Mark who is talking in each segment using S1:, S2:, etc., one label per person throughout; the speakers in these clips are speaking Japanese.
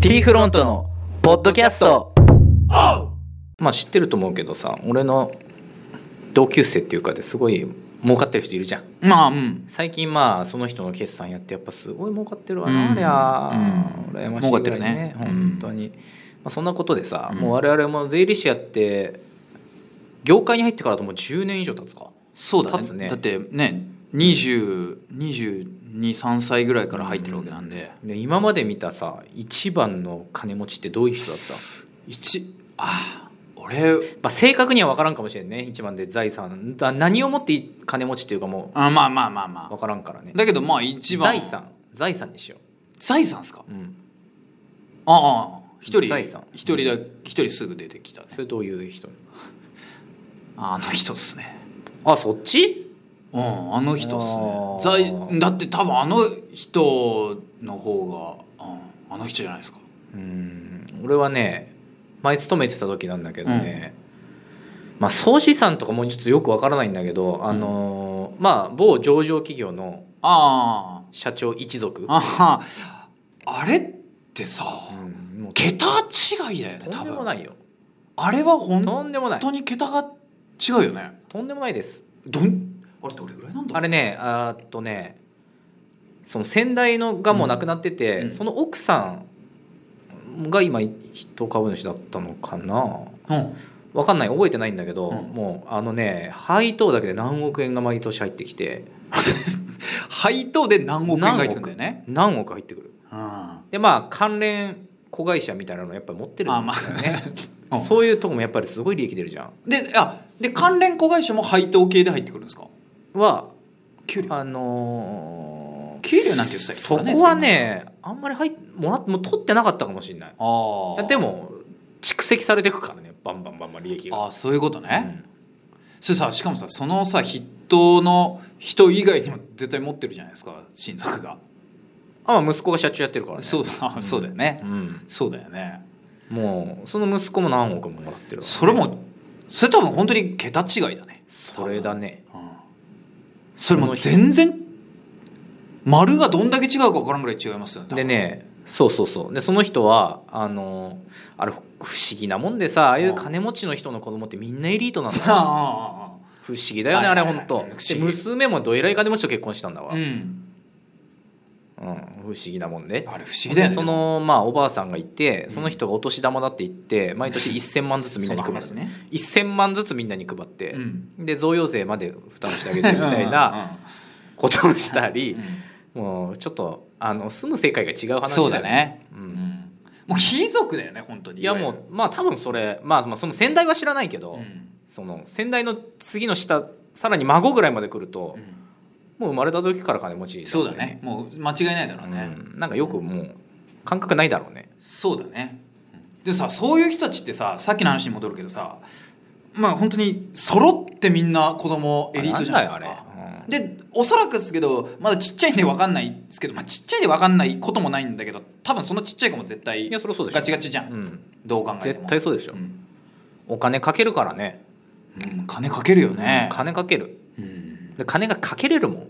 S1: T フロントのポッドキャスト
S2: まあ知ってると思うけどさ俺の同級生っていうかですごい儲かってる人いるじゃん
S1: まあうん
S2: 最近まあその人の決算やってやっぱすごい儲かってるわ
S1: うん
S2: な、ありゃ
S1: うん
S2: 羨ましい
S1: 儲かって
S2: ぐら
S1: る
S2: い
S1: ね
S2: ね本当に、まあ、そんなことでさ、
S1: うん
S2: もう我々も税理士やって業界に入ってからともう10年以上経つか
S1: そうだね
S2: 経つね
S1: だってね2023歳ぐらいから入ってるわけなんで、
S2: で今まで見たさ一番の金持ちってどういう人だった、
S1: 一あー俺
S2: まあ、正確には分からんかもしれんね一番で財産だ何をもって金持ちっていうかも
S1: あまあまあまあま
S2: う
S1: あ
S2: 分からんからね
S1: だけどまあ一番
S2: 財産財産にしよ
S1: 財産ですか
S2: う、うん、
S1: ああ一人
S2: 財産
S1: 一人だ一人すぐ出てきたね
S2: それどういう人
S1: あの人っすね
S2: あそっち
S1: うんあの人っす
S2: あ
S1: ね
S2: ー
S1: 財だって多分あの人の方が、うん、あの人じゃないですか
S2: うん俺はね前勤めてた時なんだけどね、まあ総資産とかもちょっとよく分からないんだけど、あのーまあ某上場企業の
S1: あー
S2: 社長一族、
S1: あはあれってさ、
S2: うん、もう
S1: 桁違いだよね
S2: と
S1: 多
S2: んでも
S1: 分
S2: ないよ
S1: あれは本
S2: とんでもない
S1: 当に桁が違うよね
S2: とんでもないです
S1: どんあれどれぐらいなんだ
S2: あれねあーっとねその先代のがもう亡くなってて、
S1: うんうん
S2: その奥さんが今一株主だったのかな
S1: うん
S2: わかんない覚えてないんだけど、
S1: うん
S2: もうあのね配当だけで何億円が毎年入ってきて
S1: 配当で何億円が入ってくんだよね
S2: 何億入ってくる
S1: うんあ
S2: でまあ関連子会社みたいなのやっぱり持ってるんだよ
S1: ま
S2: ね
S1: あ、うん
S2: そういうとこもやっぱりすごい利益出るじゃん
S1: であで関連子会社も配当系で入ってくるんですか
S2: は
S1: 給料
S2: あのー
S1: 給料なんて言ってたっけ
S2: そこはねあんまり入っもらっもう取ってなかったかもしれない
S1: ああ
S2: でも蓄積されていくからねバンバンバンバン利益が
S1: ああそういうことね、
S2: うん
S1: それさしかもさそのさ筆頭の人以外にも絶対持ってるじゃないですか親族が、
S2: あまあ息子が社長やってるからね
S1: そうだ、あそうだよね、
S2: うん
S1: そうだよね
S2: もうその息子も何億ももらってるわ
S1: それもそれ多分本当に桁違いだね、
S2: それだね
S1: うん、それも全然丸がどんだけ違うか分からんぐらい違いますよね多
S2: で
S1: 分
S2: ねそうそうそうでその人はあのあれ不思議なもんでさああいう金持ちの人の子供ってみんなエリートなんだ
S1: ああ
S2: よ
S1: ああ
S2: 不思議だよねあれ
S1: はいはい
S2: 本
S1: はい
S2: 当
S1: 不思議
S2: で娘もどえらい金持ちと結婚したんだわ
S1: ああうん
S2: うん不思議なもんで
S1: あれ不思議だよね
S2: でそのまあおばあさんがいてその人がお年玉だって言って毎年1000万ずつみんなに配る
S1: その話ね
S2: 1000万ずつみんなに配って、
S1: うん
S2: で贈与税まで負担してあげてみたいなことをしたり
S1: うん、うん
S2: もうちょっとあの住む世界が違う話だよ
S1: そうだ、ね、
S2: う
S1: うんん、もう貴族だよね本当に
S2: いやもうまあ多分それ、まあ、まあその先代は知らないけど、
S1: うん
S2: その先代の次の下さらに孫ぐらいまで来ると、
S1: うん
S2: もう生まれた時から金持ち、
S1: そうだねもう間違いないだろうね、
S2: うんなんかよくもう感覚ないだろうね
S1: そうだねでもさそういう人たちってささっきの話に戻るけどさまあ本当に揃ってみんな子供エリートじゃないです
S2: あなん
S1: か
S2: だよあれうん
S1: でおそらくですけどまだちっちゃいんで分かんないですけど、まあ、ちっちゃいんで分かんないこともないんだけど多分そのちっちゃい子も絶対
S2: いやそりゃそうでしょ
S1: ガチガチじゃん、
S2: うん、
S1: どう考えても
S2: 絶対そうでしょ、
S1: うん
S2: お金かけるからね
S1: うん金かけるよね、
S2: 金かける
S1: うん
S2: で金がかけれるもん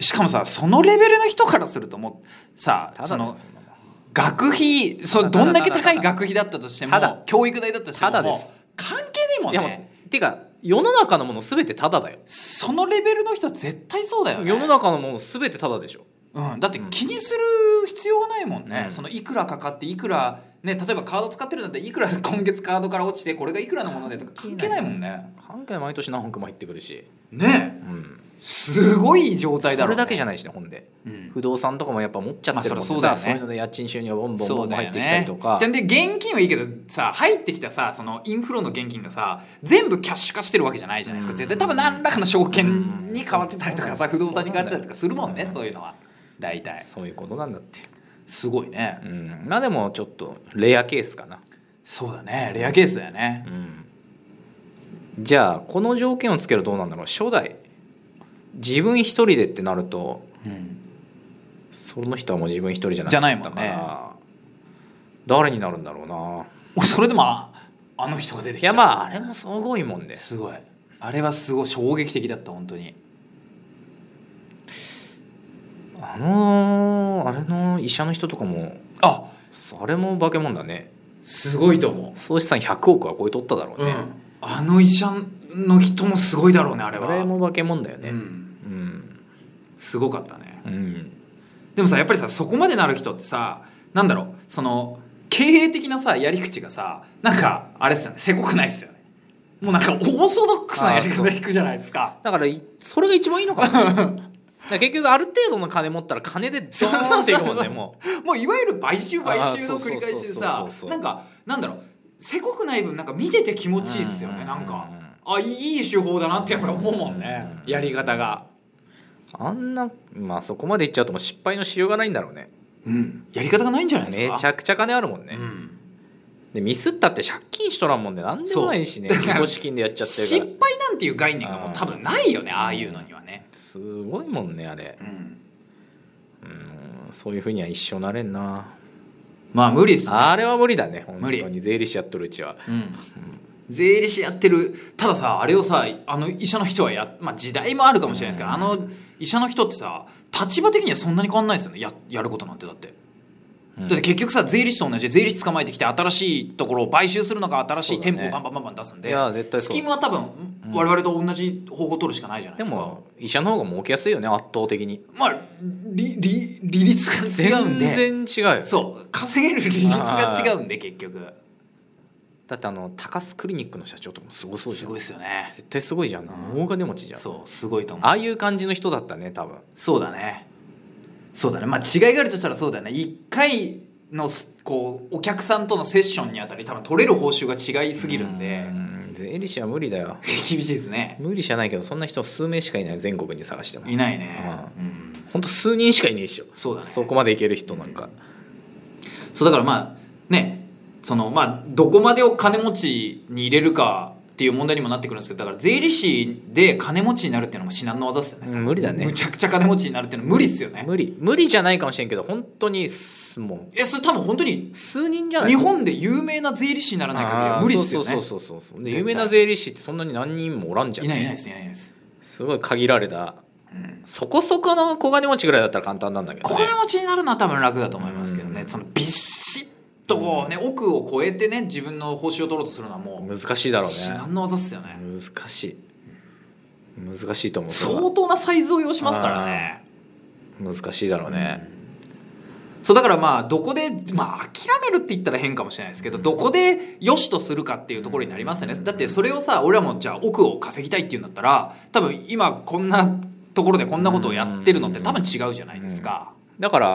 S1: しかもさそのレベルの人からするともうさ
S2: ただ
S1: そ
S2: だよ
S1: の
S2: そんなもん
S1: 学費そう
S2: ただ
S1: どんだけ
S2: ただ
S1: 高い
S2: ただ
S1: 学費だったとして
S2: ただ
S1: も教育代だったとしても
S2: ただです
S1: 関係ないもん
S2: いやも
S1: ね
S2: うてか世の中のもの全てただだよ
S1: そのレベルの人は絶対そうだよね
S2: 世の中のもの全てただでしょ
S1: うん、だって気にする必要はないもんね、
S2: うん
S1: そのいくらかかっていくら、ね、例えばカード使ってるんだっていくら今月カードから落ちてこれがいくらのものでとか関
S2: 関係
S1: 係
S2: な
S1: な
S2: い
S1: いもんね
S2: 関係ない毎年何億も入ってくるし、
S1: ねえ
S2: うん、
S1: すごい状
S2: そ
S1: 態だろ
S2: れだけじゃ
S1: な
S2: な
S1: い、
S2: いしねほんで
S1: うん
S2: 不動産とかもやっぱ持っちゃってるもんで
S1: まあそり
S2: さ、
S1: ゃそうだよね
S2: そういうので家賃収入がボンボン
S1: そ
S2: ボ
S1: う
S2: ンボン
S1: だ
S2: 入
S1: よ
S2: ってきたり
S1: ね
S2: とか、
S1: じゃあで現金はいいけどさ入ってきたさそのインフロの現金がさ全部キャッシュ化してるわけじゃないじゃないですか、
S2: うん
S1: 絶対多分何らかの証券に変わってたりとかさ、不動産に変わってたりとかするもんね、そういうのは大体
S2: そういうことなんだって、
S1: すごいね
S2: うん、まあでもちょっとレアケースかな、
S1: そうだねレアケースだよね
S2: うん、じゃあこの条件をつけるとどうなんだろう初代自分一人でってなると
S1: うん
S2: その人はもう自分一人じゃな
S1: じゃないい
S2: ん
S1: も
S2: だ
S1: ん
S2: か
S1: ね
S2: ら誰になるんだろうな
S1: 俺それでもああの人が出てき
S2: い
S1: ちゃ
S2: や
S1: う
S2: まああれもすごいもんです
S1: ごいあれはすごい衝撃的だった本当に
S2: あのーあれの医者の人とかも
S1: あ
S2: それも化け物だね
S1: すごいと思
S2: 総資産100億は超えとっただろ
S1: う、
S2: う
S1: う
S2: ね、
S1: ん、あの医者の人もすごいだろうねあれは
S2: あれも化け物だよね
S1: うん、
S2: うん
S1: すごかったね
S2: うん
S1: でもさやっぱりさそこまでなる人ってさなんだろうその経営的なさやり口がさなんかあれっすよねせこくないっすよねもうなんかオーソドックスなやり方
S2: あー
S1: 聞くじゃないですか
S2: だからいそれが一番いいのか もねだから結局ある程度の金持ったら金でドーンっていくも んねもう
S1: もういわゆる買収買収の繰り返し
S2: あーそうそうそう
S1: で
S2: そ
S1: さ
S2: うそう
S1: なんかなんだろうせこくない分なんか見てて気持ちいいっすよねなんかあいい手法だなってやっぱり思うもんね
S2: うん
S1: やり方が
S2: あんなまあそこまでいっちゃうともう失敗のしようがないんだろうね
S1: うんやり方がないんじゃないですか
S2: めちゃくちゃ金あるもんね、
S1: うん
S2: でミスったって借金しとらんもんで何でもないしね
S1: そうだから
S2: 自己資金でやっちゃって
S1: 失
S2: るから
S1: 敗なんていう概念がもう多分ないよねああいうのにはね
S2: すごいもんねあれ
S1: うん
S2: うんそういうふうには一生なれんな
S1: まあ無理っすね
S2: あれは無理だね
S1: 無
S2: 本
S1: 理
S2: 当に税理士やっとるうちは
S1: うん税理士やってるたださあれをさあの医者の人はや、まあ、時代もあるかもしれないですけど、
S2: うん
S1: あの医者の人ってさ立場的にはそんなに変わんないですよねややることなんてだって、
S2: うん
S1: だって結局さ税理士と同じで税理士捕まえてきて新しいところを買収するのか新し
S2: そ
S1: い
S2: うだ
S1: 店
S2: ね
S1: 舗をバンバンバンバン出すんで、
S2: いや絶対
S1: ス
S2: そ
S1: キーム
S2: う
S1: は多分、
S2: うん
S1: 我々と同じ方法を取るしかないじゃない
S2: で
S1: ですか
S2: も医者の方が儲けやすいよね圧倒的に
S1: まあ利利利率が違うんで
S2: 全然違うよ
S1: そう稼げる利率が違うんで結局
S2: だってあの高須クリニックの社長とかもすごそうじ
S1: す
S2: ゃ
S1: ご
S2: ん
S1: いですよね
S2: 絶対すごいじゃん
S1: うん
S2: 大金持ちじゃん
S1: そうすごいと思う
S2: ああいう感じの人だったね多分
S1: そうだねそうだねまあ違いがあるとしたらそうだよね1回のすこうお客さんとのセッションにあたり多分取れる報酬が違いすぎるんで
S2: うん税理士は無理だよ
S1: 厳しいですね
S2: 無理じゃないけどそんな人数名しかいない全国に探しても
S1: いないねうん
S2: ほんと数人しかいねえっしょ
S1: そうだね
S2: そこまでいける人なんか
S1: そうだからまあねそのまあどこまでを金持ちに入れるかっていう問題にもなってくるんですけどだから税理士で金持ちになるっていうのも至難の技っすよね、
S2: うん無理だね
S1: むちゃくちゃ金持ちになるっていうのは無理っすよね
S2: 無理無理じゃないかもしれんけど本当にすも
S1: えそれ多分本当に
S2: う数人じゃない
S1: 日本で有名な税理士にならない限り
S2: あ
S1: は
S2: ー
S1: 無理っすよ
S2: そ
S1: ね
S2: うそうそうそうそうで
S1: 絶対
S2: 有名な税理士ってそんなに何人もおらんじゃん
S1: いないいないですいないいないです、
S2: すごい限られた
S1: うん、
S2: そこそこの小金持ちぐらいだったら簡単なんだけど、
S1: 小
S2: ね、
S1: 金持ちになるのは多分楽だと思いますけどね、
S2: うん
S1: そのビシッとこうね奥を超えてね自分の報酬を取ろうとするのはもう
S2: 難しいだろ
S1: 至
S2: う
S1: 難の技っすよね
S2: ね難しい難しいと思うそれは
S1: 相当なサイズを要しますからね
S2: 難しいだろうね、
S1: そうだからまあどこでまあ諦めるって言ったら変かもしれないですけどどこで良しとするかっていうところになりますよねだってそれをさ俺らもじゃあ奥を稼ぎたいっていうんだったら多分今こんなところでこんなことをやってるのって多分違うじゃないですか
S2: だから、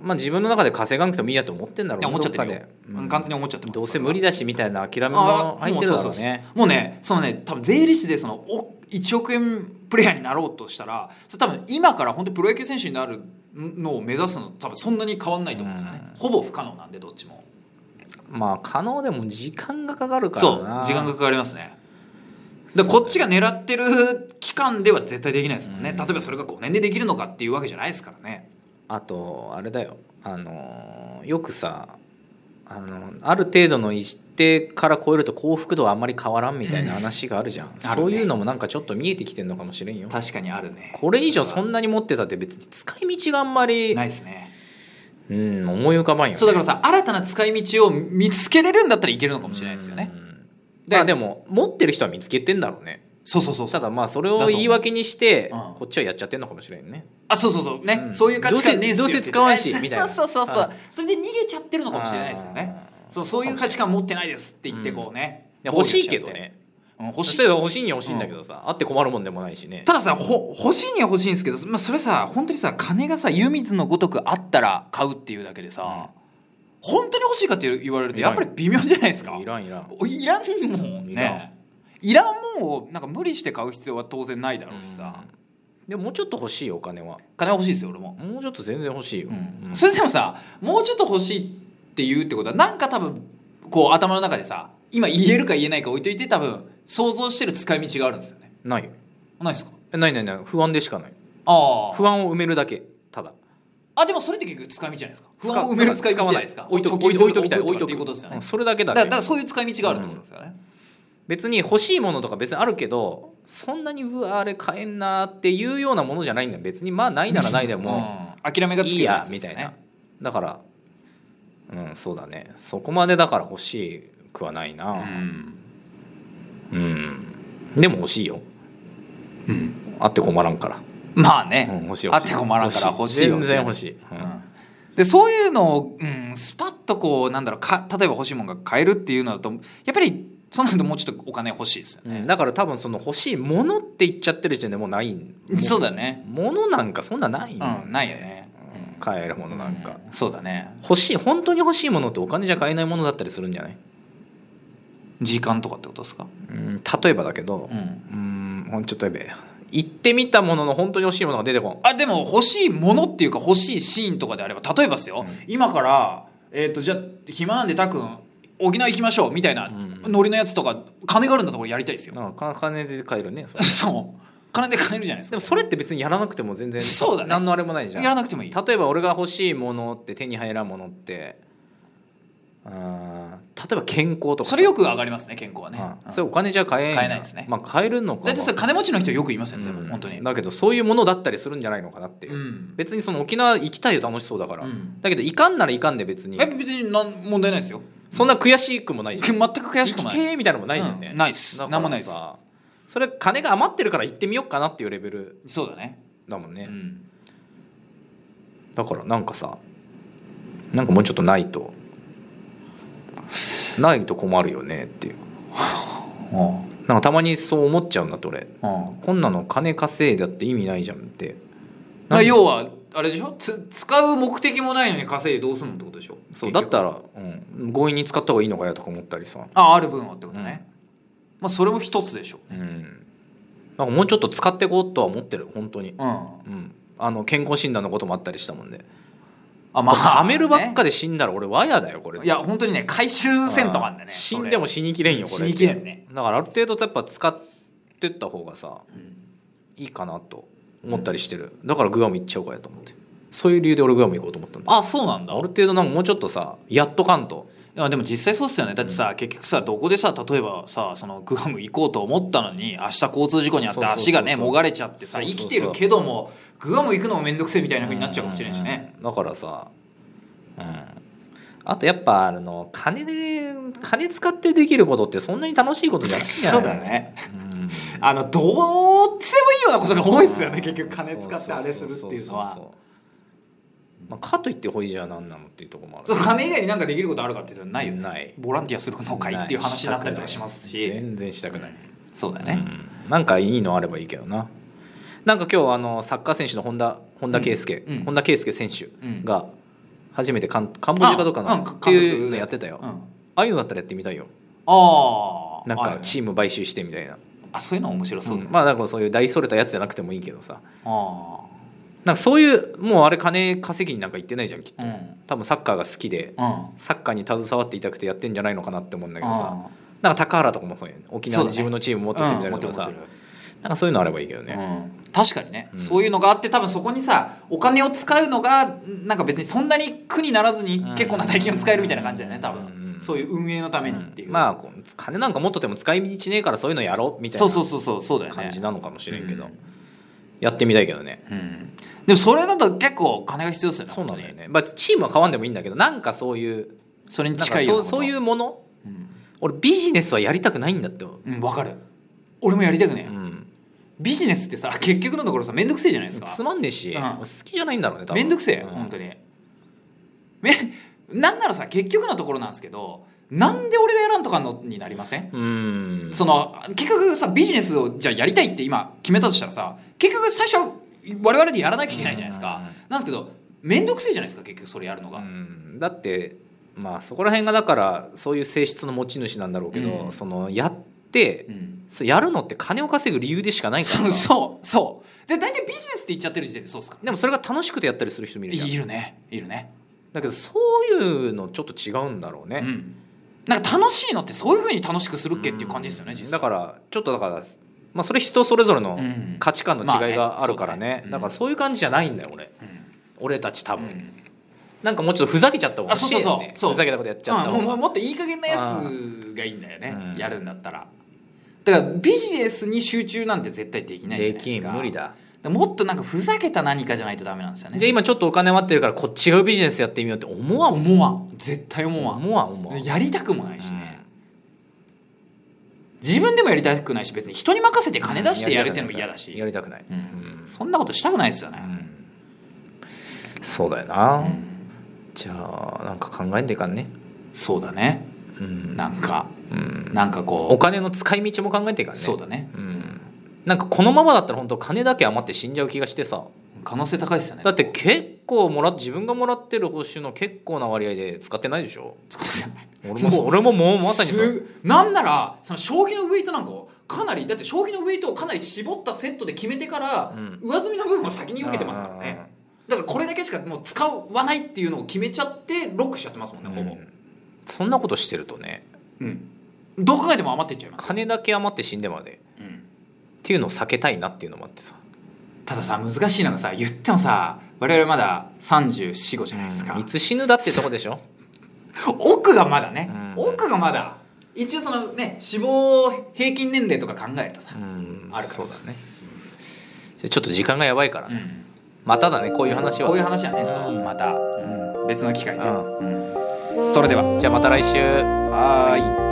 S2: まあ、自分の中で稼がなくてもいいやと思ってんだろう
S1: いや思っちゃってるよ
S2: どかでうん
S1: 完全に思っちゃってます
S2: どうせ無理だしみたいな諦め
S1: あ
S2: も
S1: あ
S2: 入
S1: も
S2: っ
S1: う
S2: てる
S1: そう
S2: だろ
S1: そう
S2: う
S1: そう
S2: ね
S1: もうねそのね多分税理士でそのお1億円プレイヤーになろうとしたらそれ多分今から本当にプロ野球選手になるのを目指すのと多分そんなに変わんないと思うんですよね
S2: う
S1: ほぼ不可能なんでどっちも
S2: まあ可能でも時間がかかるから
S1: そう
S2: な
S1: 時間がかかりますねでこっちが狙ってる期間では絶対できないですもんね、
S2: うん
S1: 例えばそれが5年でできるのかっていうわけじゃないですからね
S2: あとあれだよあのーよくさあのある程度の一定から超えると幸福度はあんまり変わらんみたいな話があるじゃん、
S1: あるね
S2: そういうのもなんかちょっと見えてきてんのかもしれんよ
S1: 確かにあるね
S2: これ以上そんなに持ってたって別に使い道があんまり
S1: ないですね
S2: うん思い浮かばんよ、ね、
S1: そうだからさ新たな使い道を見つけれるんだったらいけるのかもしれないですよね
S2: うん
S1: で
S2: まあでも持ってる人は見つけてんだろうね
S1: そうそうそうそ
S2: た
S1: う
S2: だまあそれを言い訳にして
S1: だと思ううん
S2: こっちはやっちゃってんのかもしれんね
S1: あそうそうそうね、
S2: うん
S1: そういう価値観ねえっすよ
S2: どうせどうせ使わんしみたいな
S1: そうそうそうそう
S2: あ
S1: それで逃げちゃってるのかもしれないですよね
S2: あー
S1: そうそういう価値観持ってないですって言ってこうね、
S2: いや欲しいけどね
S1: うん欲しい
S2: 例えば欲しいには欲しいんだけどさ、あって困るもんでもないしね
S1: たださほ欲しいには欲しいんですけど、まあ、それさ本当にさ金がさ湯水のごとくあったら買うっていうだけでさ、本当に欲しいかって言われるとやっぱり微妙じゃないですか
S2: いらんいらん
S1: おいらんもんねいらんもんをなんか無理して買う必要は当然ないだろうしさ、
S2: うんでももうちょっと欲しいよお金は
S1: 金は欲しいですよ俺も、
S2: もうちょっと全然欲しいよ、
S1: うん
S2: うん
S1: それでもさもうちょっと欲しいって言うってことはなんか多分こう頭の中でさ今言えるか言えないか置いといて多分想像してる使い道があるんですよね
S2: ないよ
S1: ないですか
S2: えないないない不安でしかない
S1: ああ
S2: 不安を埋めるだけただ
S1: あでもそれって結局使い道じゃないですか不安を埋める使い道じゃないですか
S2: 置いと
S1: 時
S2: き置いときたい
S1: 置
S2: 置
S1: い
S2: い
S1: と
S2: とく
S1: くっていうことですよね
S2: うんそれだけだ
S1: だ
S2: け
S1: からだからそういう使い道があるってことですよね、
S2: 別に欲しいものとか別にあるけどそんなにうわあれ買えんなーっていうようなものじゃないんだよ別にまあないならないでも
S1: うん諦めがつ
S2: い
S1: け
S2: い
S1: る
S2: や
S1: つで
S2: み
S1: す
S2: た
S1: よ
S2: い
S1: ね
S2: なだからうんそうだねそこまでだから欲しくはないうな、
S1: ん、
S2: うん、でも欲しいよ
S1: うん、
S2: あって困らんから、
S1: まあ
S2: うん
S1: ね、、
S2: 欲しい
S1: あ
S2: 欲
S1: っ
S2: しい
S1: て困らんから欲しいよ
S2: 全
S1: ね
S2: 然欲しい、うん
S1: でそういうのを、うん、スパッとこうなんだろうか例えば欲しいものが買えるっていうのだとやっぱりそうなるともうちょっとお金欲しいですよ
S2: うん
S1: ね、
S2: だから多分その欲しいものって言っちゃってる時点でもうないん
S1: そうだね
S2: ものなんかそんなないんだよね
S1: うんないよね
S2: うん買えるものなんか、
S1: うんそうだね
S2: 欲しい本当に欲しいものってお金じゃ買えないものだったりするんじゃない、
S1: 時間とかってことですか、
S2: うん、例えばだけど
S1: うん、
S2: うんほんちょっとやべえ行ってみたものの本当に欲しいものが出てこん
S1: あでも欲しいものっていうか欲しいシーンとかであれば例えばですよ、
S2: うん
S1: 今からえっ、とじゃあ暇なんでたくん沖縄行きましょうみたいな
S2: うん
S1: ノリのやつとか金があるんだったら俺やりたいですよ、
S2: なんか金で買えるねそれ
S1: そう金で買えるじゃないです
S2: でも
S1: か
S2: それって別にやらなくても全然
S1: そうだね
S2: 何のあれもないじゃん
S1: やらなくてもいい
S2: 例えば俺が欲しいものって手に入らんものってあー例えば健康とかさ
S1: それよく上がりますね健康はね、
S2: う
S1: うんん
S2: それお金じゃ買えんや
S1: 買えないですね
S2: まあ買えるのか
S1: だってそれ金持ちの人よく言いますよね、
S2: うん
S1: 本当に。
S2: だけどそういうものだったりするんじゃないのかなっていう、
S1: うん
S2: 別にその沖縄行きたいよ楽しそうだから、
S1: うん
S2: だけど行かんなら行かんで別に
S1: やっぱ別になん問題ないですよ。
S2: そんな悔しくもないじゃん
S1: 全く悔しく
S2: 行
S1: も
S2: き
S1: な
S2: て
S1: い。
S2: ーみたいなのもないじゃんね、
S1: うんないっす
S2: だから
S1: なんもないっす
S2: さそれ金が余ってるから行ってみようかなっていうレベル
S1: そうだね。
S2: だもんね、
S1: うん
S2: だからなんかさなんかもうちょっとないとないと困るよねっていうなんかたまにそう思っちゃうんだって俺
S1: うん
S2: こんなの金稼いだって意味ないじゃんって
S1: まあ要はあれでしょつ使う目的もないのに稼いでどうすんのってことでしょ
S2: そう
S1: 結
S2: だ
S1: 局
S2: ったら、うん、強引に使った方がいいのかやとか思ったりさ、
S1: あある分はってことね。まあそれも一つでしょ。
S2: うん、なんかもうちょっと使っていこうとは思ってる本当に、
S1: うん。あ
S2: うん、あの健康診断のこともあったりしたもんで、
S1: まあ
S2: 貯めるばっかで
S1: で。
S2: 死んだら俺ワヤだよこれ
S1: いや本当にね回収せんとかあんだね。
S2: 死んでも死にきれんよこ
S1: 死
S2: れ
S1: にきれんね。
S2: だからある程度やっぱ使ってった方がさいいかなと思ったりしてるだからグアム行っちゃおうかやと思ってそういう理由で俺グアム行こうと思ったんだ
S1: あそうなん
S2: あ
S1: だ
S2: る。程度なんかもうちょっとさやっとかんと
S1: いやでも実際そうっすよねだってさ、結局さどこでさ例えばさそのグアム行こうと思ったのに明日交通事故にあっ
S2: そう
S1: て
S2: そうそうそう
S1: 足がねもがれちゃってさ
S2: そうそう
S1: 生
S2: そう
S1: きてるけどもグアム行くのも面倒くせえみたいな風になっちゃうかもしれないしね
S2: うんだからさ、うん、あとやっぱあの金で金使ってできることってそんなに楽しいことじゃないんじゃない
S1: そうだ、ね
S2: うん
S1: あのどうしてもいいようなことが多いっすよね結局金使ってあれするっていうの
S2: そそ
S1: は
S2: そそうまあ、かといってほいじゃなんなのっていうところもある
S1: そう金以外になんかできることあるかっていうとないよね
S2: ない
S1: ボランティアするのかいっていう話になったりとかします
S2: ない
S1: し
S2: 全然したくない、
S1: そうだね、
S2: うんなんかいいのあればいいけどななんか今日あのサッカー選手の本田本田圭佑、
S1: うんうん
S2: 本田圭佑選手
S1: うん
S2: が初めてカンカンボジアかどうか
S1: あ
S2: な
S1: うん
S2: っていうのやってたよ、
S1: うん
S2: ああいうのだったらやってみたいよ
S1: ああ
S2: なん
S1: ある
S2: か
S1: ね
S2: チーム買収してみたいな、
S1: あそういうの面白そう、
S2: うんまあなんかそういう大それたやつじゃなくてもいいけどさ
S1: あ
S2: なんかそういうもうあれ金稼ぎになんか行ってないじゃんきっ
S1: あ
S2: と、
S1: うん
S2: 多分サッカーが好きで
S1: うん
S2: サッカーに携わっていたくてやってんじゃないのかなって思うんだけどさ
S1: ああ
S2: なんか高原とかもそうやね沖縄
S1: そ
S2: で
S1: うだね
S2: 自分のチーム持ってってみたいなとかさ、
S1: うん持ってる
S2: なんかそういうのあればいいけどね、
S1: うん確かにね、
S2: うん
S1: そういうのがあって多分そこにさお金を使うのがなんか別にそんなに苦にならずに
S2: うん
S1: 結構な大金を使えるみたいな感じだよね多分、
S2: うん
S1: そういう運営のためにっていう、
S2: うんまあこう金なんか持っとても使い道ねえからそういうのやろうみたい
S1: そう
S2: な
S1: そうそうそうそうだよね
S2: 感じなのかもしれんけど、
S1: うん
S2: やってみたいけどね
S1: うんでもそれだと結構金が必要ですよね
S2: そうなんだ
S1: 本
S2: よ
S1: 当に
S2: ね、まあ、チームは変わんでもいいんだけどなんかそういう
S1: それに
S2: なんか
S1: 近いよ
S2: そうう
S1: なこと
S2: そういうもの
S1: うん
S2: 俺ビジネスはやりたくないんだって、う
S1: うんわ、かる俺もやりたくね、
S2: ん、
S1: ビジネスってさ結局のところさめんどくせえじゃないですか
S2: つまんねえし、
S1: うん
S2: 俺好きじゃないんだろうね多分
S1: めんどくせえ、
S2: うん
S1: 本当にめなんならさ結局のところなんですけどなんで俺がやらんとかんのになりません
S2: うん
S1: その結局さビジネスをじゃあやりたいって今決めたとしたらさ結局最初は我々でやらなきゃいけないじゃないですか
S2: うん
S1: なんですけど面倒くせえじゃないですか結局それやるのが、
S2: うんだってまあそこら辺がだからそういう性質の持ち主なんだろうけど、
S1: うん
S2: そのやって、
S1: うん
S2: そうやるのって金を稼ぐ理由でしかないか
S1: そ
S2: ら
S1: う
S2: さ
S1: そうそうで大体ビジネスって言っちゃってる時点でそうっすから
S2: でもそれが楽しくてやったりする人もいるじゃん
S1: いるねいるね
S2: だけどそういうのちょっと違うんだろうね、
S1: うんなんか楽しいのってそういうふうに楽しくするっけっていう感じですよね、
S2: うん
S1: 実際
S2: だからちょっとだから、まあ、それ人それぞれの
S1: うん
S2: 価値観の違いがあるから
S1: まあね
S2: ね,、
S1: そうだねうん
S2: だからそういう感じじゃないんだよ俺
S1: うん
S2: 俺たち多分、
S1: うん
S2: なんかもうちょっとふざけちゃった方が
S1: あそうそうそう
S2: 欲しいよね
S1: そう
S2: ふざけたことやっちゃった
S1: うん
S2: 方
S1: もう
S2: が
S1: もっといい加減なやつがいいんだよね、
S2: うん
S1: やるんだったらだからビジネスに集中なんて絶対できないじゃ
S2: で
S1: ない
S2: き
S1: です
S2: ん
S1: か
S2: 無理だ
S1: でもっとなんかふざけた何かじゃないとダメなんですよね
S2: じゃあ今ちょっとお金余ってるからこっちがビジネスやってみようって思わん
S1: 思わん絶対思わん
S2: 思わん思わん
S1: やりたくもないしね、自分でもやりたくないし別に人に任せて金出してやるっていうのも嫌だし、
S2: やりたくない、
S1: う、
S2: うんん
S1: そんなことしたくないですよね、
S2: そうだよな、
S1: うん
S2: じゃあなんか考えんでいかんね
S1: そうだね
S2: うん
S1: なんか
S2: うん
S1: なんかこう
S2: お金の使い道も考えていかんね
S1: そうだね
S2: うんなんかこのままだったら本当金だけ余って死んじゃう気がしてさ
S1: 可能性高いですよね
S2: だって結構もら自分がもらってる報酬の結構な割合で使ってないでしょ
S1: 使ってない
S2: 俺もそう俺ももうまさにそう
S1: すなんならその将棋のウエイトなんかをかなりだって将棋のウエイトをかなり絞ったセットで決めてから、
S2: うん
S1: 上積みの部分を先に受けてますからねだからこれだけしかもう使わないっていうのを決めちゃってロックしちゃってますもんね
S2: うん
S1: ほぼ、
S2: そんなことしてるとね
S1: うんどう考えても余ってっちゃいます、
S2: 金だけ余って死んでまで
S1: うん
S2: っていうのを避けたいなっていうのもあってさ
S1: たださ難しいのがさ言ってもさ我々まだ345じゃないですか、
S2: いつ死ぬだってとこでし ょ
S1: 奥がまだね、
S2: うん
S1: 奥がまだ一応そのね死亡平均年齢とか考えるとさ、
S2: うん
S1: あるか
S2: そ
S1: ら
S2: うだねじゃあちょっと時間がやばいから、
S1: うん
S2: まただねこういう話は
S1: こういう話はね、そう
S2: うん
S1: また、
S2: ん
S1: 別の機会で、
S2: うん
S1: うんそれでは
S2: じゃあまた来週
S1: はーい